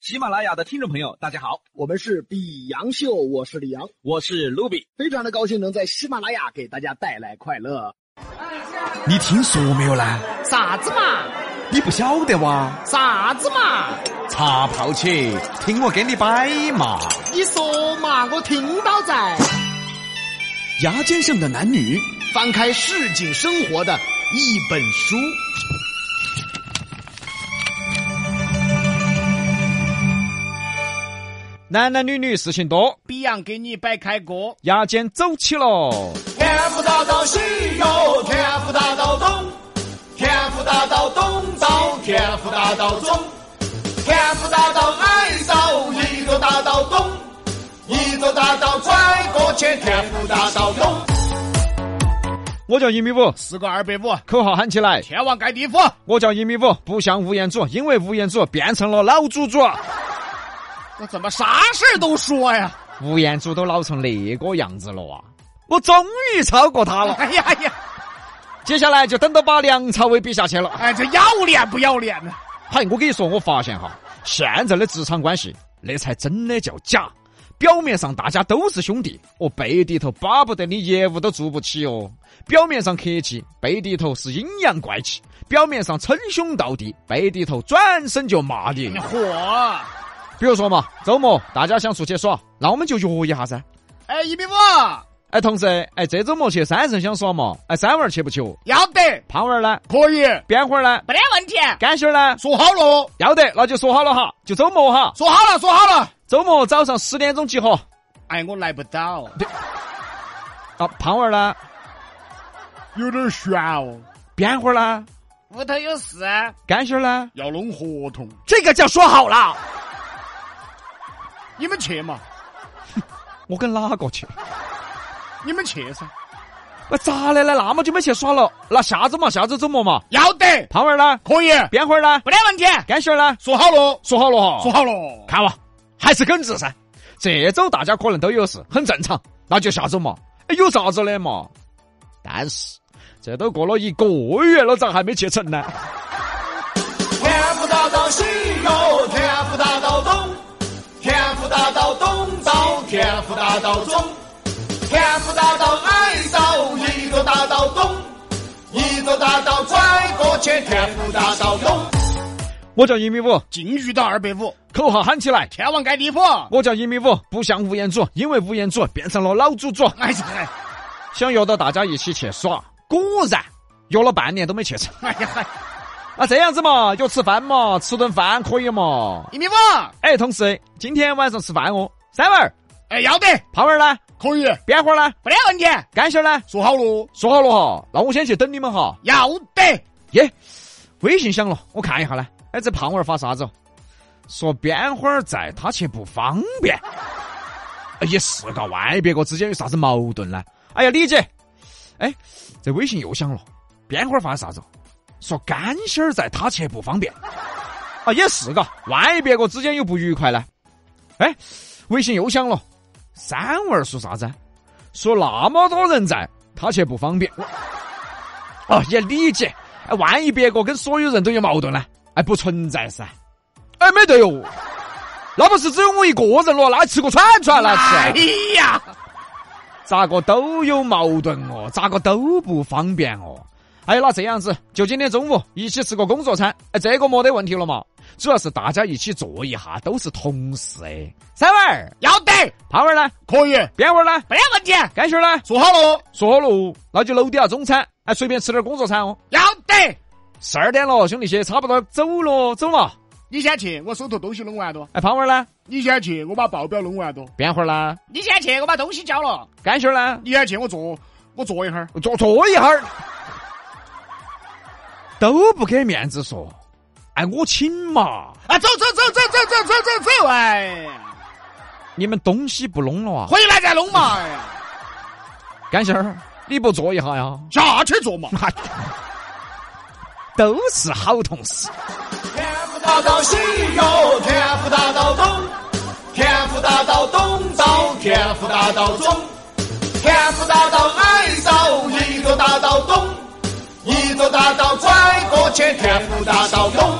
喜马拉雅的听众朋友，大家好，我们是比杨秀，我是李阳，我是卢比。非常的高兴能在喜马拉雅给大家带来快乐。你听说没有呢？啥子嘛？你不晓得哇？啥子嘛？茶泡起，听我给你摆嘛。你说嘛，我听到在。牙尖上的男女，翻开市井生活的一本书，男男女女事情多，比洋给你摆开锅。牙尖走起喽！天府大道西哟，天府大道东，天府大道东到天府大道中，天府大道挨到一座大道东，一座大道拐过去，天府大道东。我叫一米五，四个二百五，口号喊起来！天王盖地虎。我叫一米五，不像吴彦祖，因为吴彦祖变成了老祖祖，我怎么啥事儿都说呀？吴彦祖都老成那个样子了啊！我终于超过他了， 哎呀呀，接下来就等到把梁朝伟比下去了。哎，这要脸不要脸呢？嗨，我跟你说，我发现哈，现在的职场关系那才真的叫假。表面上大家都是兄弟，哦，背地头巴不得你业务都做不起哦。表面上客气，背地头是阴阳怪气；表面上称兄道弟，背地头转身就骂 你。嚯！比如说嘛，周末大家想出去耍，那我们就约一下噻。哎，一米五，哎，同事，哎，这周末去三人想耍嘛？哎，三娃儿去不去哦？要得，胖娃儿呢？可以，边花儿呢？没得问题。干杏儿呢？说好了哦，要得，那就说好了哈，就周末哈，说好了，说好了。周末早上十点钟集合。哎，我来不到，啊，胖娃儿呢？有点悬哦。边花儿呢？屋头有事，干杏儿呢？要弄合同。这个叫说好了。你们去嘛，我跟哪个去？你们去噻。我咋的了？那么久没去耍了？那下周嘛，下周周末嘛。要得，胖娃儿呢？可以，边花儿呢？没得问题。干杏儿呢？说好了，说好了哈。说好了。看哇，还是耿直噻。这周大家可能都有事，很正常，那就下周嘛，哎有啥子的嘛？但是这都过了一个月了，咋还没去成呢？天府大道西哟，天府大道东，天府大道东到天府大道中，天府大道挨到一座大道东，一座大道拐过去，天府大道东。我叫一米五，禁欲到二百五，口号喊起来！天王盖地虎。我叫一米五，不像吴彦祖，因为吴彦祖变成了老祖祖。哎呀，哎想约到大家一起去耍，果然约了半年都没去成。哎呀，那这样子嘛，就吃饭嘛，吃顿饭可以嘛？一米五，哎，同事，今天晚上吃饭哦。三娃儿、哎，要得，胖娃儿呢？可以，边花儿呢？没得问题。干杏儿呢？说好了，说好了哈，那我先去等你们哈。要得，耶，微信响了，我看一下呢。哎，这胖娃儿发啥子哦？说边花儿在，他去不方便。哎呀，是个外别个之间有啥子矛盾呢？哎呀，李姐，哎，这微信又响了，边花儿发啥子哦？说干杏儿在，他去不方便。啊，也是个外别个之间有不愉快呢。哎，微信又响了，三娃儿说啥子？说那么多人在，他去不方便。我哦，也理解。哎，万一别个跟所有人都有矛盾呢？哎，不存在噻。哎，没得哟，那不是只有我一个人了？那吃个串串那哎是，啊呀，咋个都有矛盾哦？咋个都不方便哦？哎，那这样子，就今天中午一起吃个工作餐，哎，这个没得问题了嘛。主要是大家一起坐一下，都是同事哎。三娃儿、要得，胖娃儿呢？可以，边娃儿呢？没得问题。干杏儿呢？说好了，说喽，那就楼底下中餐，哎，随便吃点工作餐哦。要得。十二点了，兄弟些，差不多走了，走嘛。你先去，我手头东西弄完了。哎，胖娃儿呢？你先去，我把报表弄完了。边花儿呢？你先去，我把东西交了。干杏儿呢？你先去，我坐，我坐一会儿。坐坐一会儿，都不给面子说。哎，我请嘛，啊，走走走走走走走走走，哎，你们东西不弄了啊？回来再弄嘛。哎呀干杏儿，你不坐一下呀？下去坐嘛。都是好同事。天府大道西哟，天府大道东，天府大道东到天府大道中，天府大道挨到一座大道东，一座大道拐过去，天府大道东。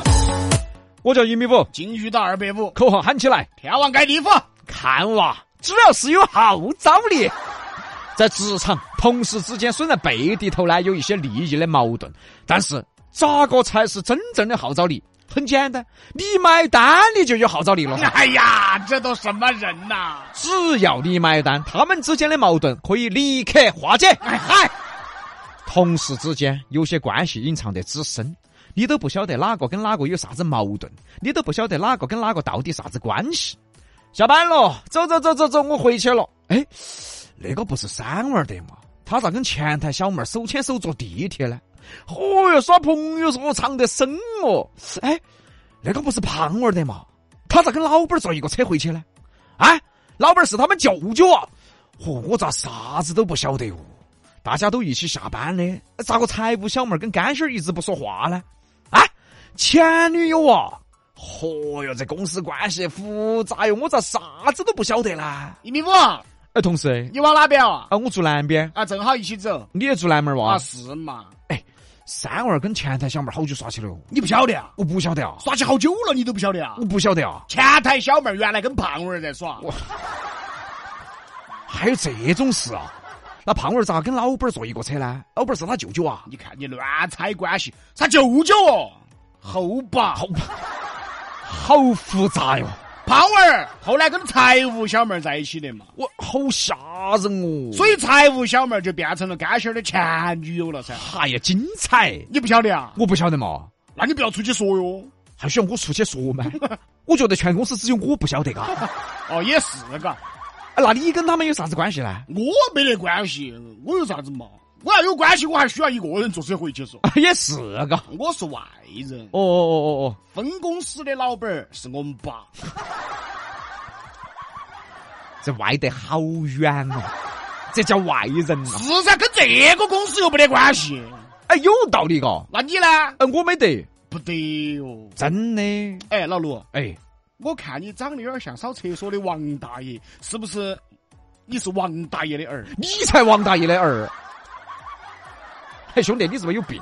我就一米五，金鱼到二百五，口号喊起来，天王盖地虎。看哇，只要是有号召力，在职场同事之间虽然背地头呢有一些利益的矛盾，但是咋个才是真正的号召力？很简单，你买单你就有号召力了噻。哎呀，这都什么人呐、只要你买单，他们之间的矛盾可以立刻化解。嗨，同事之间有些关系隐藏得之深，你都不晓得哪个跟哪个有啥子矛盾，你都不晓得哪个跟哪个到底啥子关系。下班了，走走走走走，我回去了。哎，那个不是三娃儿的嘛？他咋跟前台小妹儿手牵手坐地铁呢？哦哟，耍朋友说藏得深哦。哎，那个不是胖娃儿的嘛？他咋跟老板儿坐一个车回去呢？哎，老板是他们舅舅啊！嚯、我咋啥子都不晓得哦？大家都一起下班的，咋个财务小妹儿跟干仙儿一直不说话呢？啊，前女友啊！嚯哟，这公司关系复杂哟，我咋啥子都不晓得呢？一米五，哎，同事，你往哪边啊？啊，我住南边，啊，正好一起走。你也住南门哇？啊，是嘛？三娃儿跟前台小妹儿好久耍起了哟，你不晓得啊？我不晓得啊，耍起好久了，你都不晓得啊我？不晓得啊，前台小妹儿原来跟胖娃儿在耍，还有这种事啊？那胖娃儿咋跟老板儿坐一个车呢？老板儿是他舅舅啊？你看你乱猜关系，他舅舅哦，后爸好，好复杂哟、胖娃儿后来跟财务小妹儿在一起的嘛，我好吓人哦！所以财务小妹儿就变成了干仙儿的前女友了噻。哎呀，精彩！你不晓得啊？我不晓得嘛，那你不要出去说哟。还需要我出去说吗？ 我觉得全公司只有我不晓得嘎。啊哦，也是嘎，那你跟他们有啥子关系呢？ 我没得关系，我有啥子嘛？我要有关系，我还需要一个人坐车回去说。也是嘎。我是外人，哦哦哦哦分公司的老板儿是我们爸。哦，这外得好远哦，这叫外人啊！是噻，跟这个公司又没得关系。哎，有道理嘎。那你呢？哎，我没得，不得哟。真的。哎，老卢，哎，我看你长得有点像扫厕所的王大爷，是不是？你是王大爷的儿？你才王大爷的儿。哎，兄弟，你是不是有病？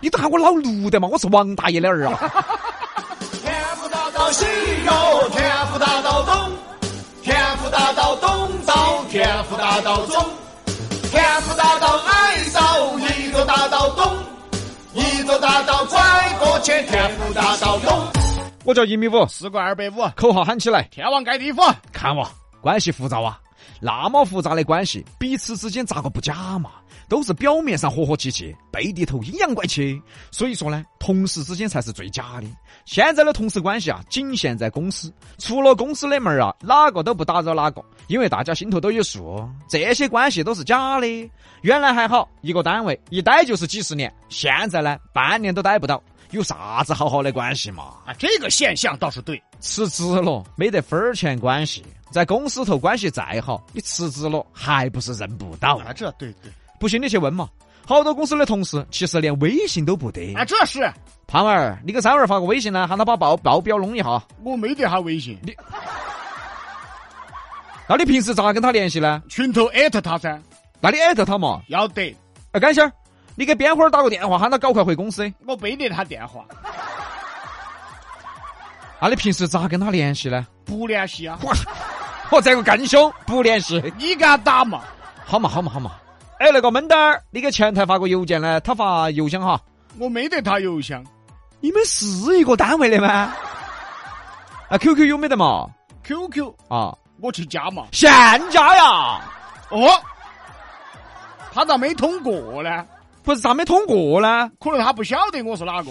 你都喊我老卢的嘛，我是王大爷的儿啊。天府大道西哟，天府大道东，天府大道东到天府大道中，天府大道挨到一座大道东，一座大道拐过去，天府大道东。我叫一米五，四个二百五，口号喊起来，天王盖地虎。看哇，关系复杂哇、那么复杂的关系，彼此之间咋个不假嘛？都是表面上和和气气，背地头阴阳怪气。所以说呢，同事之间才是最假的。现在的同事关系啊，仅限在公司，出了公司的门儿啊，哪个都不打扰哪个，因为大家心头都有数。哦这些关系都是假的。原来还好，一个单位一待就是几十年，现在呢，半年都待不到，有啥子好好的关系嘛？啊，这个现象倒是对。辞职了没得分儿钱关系，在公司头关系再好，你辞职了还不是认不到？啊，这对对。不信你去问嘛。好多公司的同事其实连微信都不得。啊，这是胖儿，你给三儿发个微信呢，喊他把报报表弄一下。我没得他微信，那你平时咋跟他联系呢？群头艾特他噻，那你艾特他嘛。要得。哎，干仙儿，你给边花儿打个电话，喊他搞快回公司。我没得他电话，那你平时咋跟他联系呢？不联系啊。 哦，这个更凶，不联系。你给他打嘛？好嘛，好嘛，好嘛。哎，那个闷蛋儿，你给前台发个邮件呢，他发邮箱哈。我没得他邮箱你们是一个单位的吗？啊，QQ 有没得嘛？ ，QQ 啊，我去加嘛。现加呀，哦，他咋没通过呢？不是咋没通过呢？可能他不晓得我是哪个。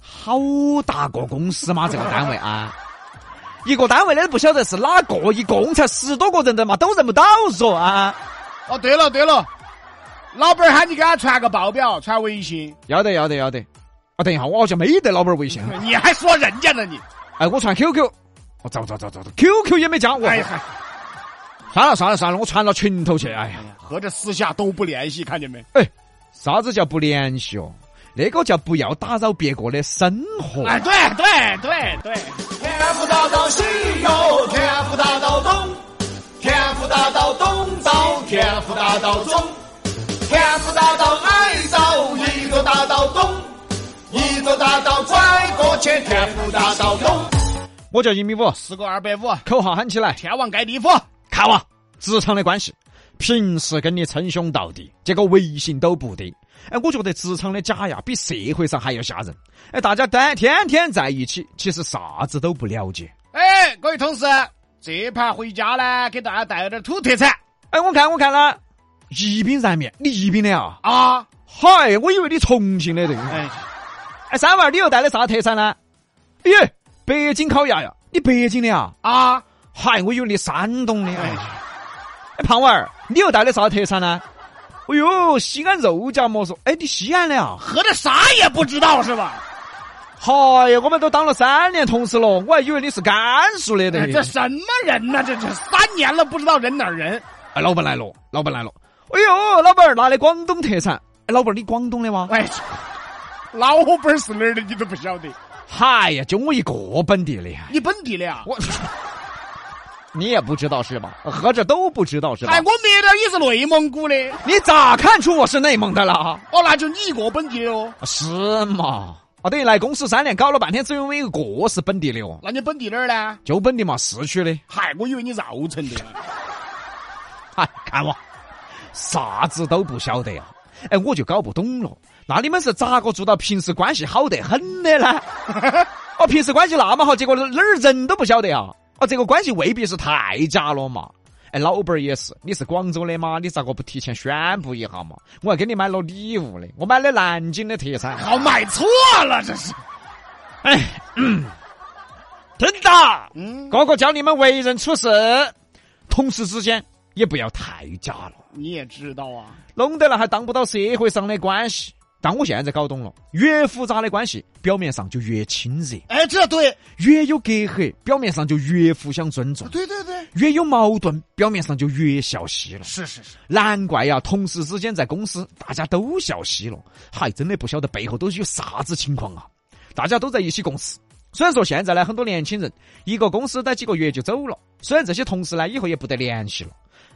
好大个公司嘛，这个单位啊，一个单位的不晓得是哪个，一共才十多个人的嘛，都认不到说啊。哦，对了对了，老板儿喊你给他传个报表，传微信，要得，要得，要得。啊，等一下，我好像没得老板微信。你还说人家呢你？哎，我传哦 QQ，我找找找找找，QQ 也没加我。哎呀，算了算了算了，我传到群头去。哎呀。哎合着私下都不联系，看见没？啥子叫不联系哦？那个叫不要打扰别个的生活。哎，对对对对，天府大道西哟，天府大道东，天府大道东到天府大道中，天府大道挨到一座大道东，一座大道拐过去，天府大道东。我叫一米五，吃个二百五，口号喊起来，天王盖地虎。看我职场的关系，平时跟你称兄道弟，结果微信都不得。哎，我觉得职场的假呀，比社会上还要吓人。哎，大家天天天在一起，其实啥子都不了解。哎，各位同事，这盘回家呢，给大家带了点土特产哎，我看我看了，宜宾燃面，你宜宾的啊？啊。嗨，我以为你重庆的这个。哎，哎，三娃，你又带的啥特产呢？咦，北京烤鸭呀，你北京的啊？啊，嗨，哎我以为你山东的。哎哎，哎，胖娃儿，你又带的啥特产呢？哎呦，西安肉夹馍说，哎，你西安的啊？合着啥也不知道是吧？嗨、呀，我们都当了三年同事了，我还以为你是甘肃的哎呢。这什么人呢？这这三年了，不知道人哪儿人。 哎，老板来了，老板来了。哎呦，老板儿拿的广东特产。哎，老板儿，你广东的吗？哎，老本儿是哪儿的你都不晓得？嗨呀，就我一个本地的。你本地的啊？我， 你也不知道是吧？合着都不知道是吧哎，？我妹儿也是内蒙古的。你咋看出我是内蒙的了？哦，那就你一个本地的哦。是嘛？啊，等于来公司三年，搞了半天，只有我一个是本地的哦，那你本地哪儿 呢？就本地嘛，市区的。嗨，我以为你绕城的呢。哎，看我，啥子都不晓得呀、哎，我就搞不懂了。那你们是咋个做到平时关系好得很的呢？ 哦，平时关系那么好，结果哪儿人都不晓得呀、哦，这个关系未必是太假了嘛。哎，老板儿也是，你是广州的吗？你咋个不提前宣布一下嘛？我还给你买了礼物嘞，我买的南京的特产。好，买错了，这是。哎，真的，啊嗯，哥哥教你们为人处事，同事之间也不要太假了。你也知道啊。弄得了还当不到社会上的关系。但我现在搞懂了，越复杂的关系，表面上就越亲热；哎，这对，越有隔阂，表面上就越互相尊重；啊对对对，越有矛盾，表面上就越笑嘻了。是是是。难怪呀、同事之间在公司大家都笑嘻了，还真的不晓得背后都是有啥子情况啊！大家都在一起共事。虽然说现在呢，很多年轻人一个公司待几个月就走了，虽然这些同事呢以后也不得联系了，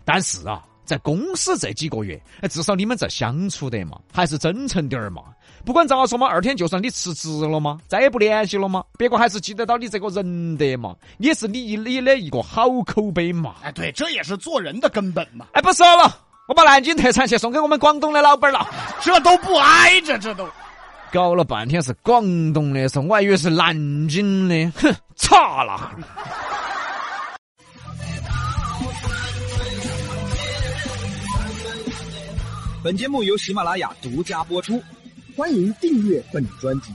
但是啊，在公司这几个月，哎至少你们在相处的嘛，还是真诚点儿嘛。不管咋说嘛，二天就算你辞职了嘛，再也不联系了嘛，别个还是记得到你这个人的嘛，也是你你的一个好口碑嘛。哎，对，这也是做人的根本嘛。哎，不说了，我把南京特产去送给我们广东的老板儿了。这都不挨着，这都。搞了半天是广东的，说我还以为是南京的，哼，差了。本节目由喜马拉雅独家播出。欢迎订阅本专辑。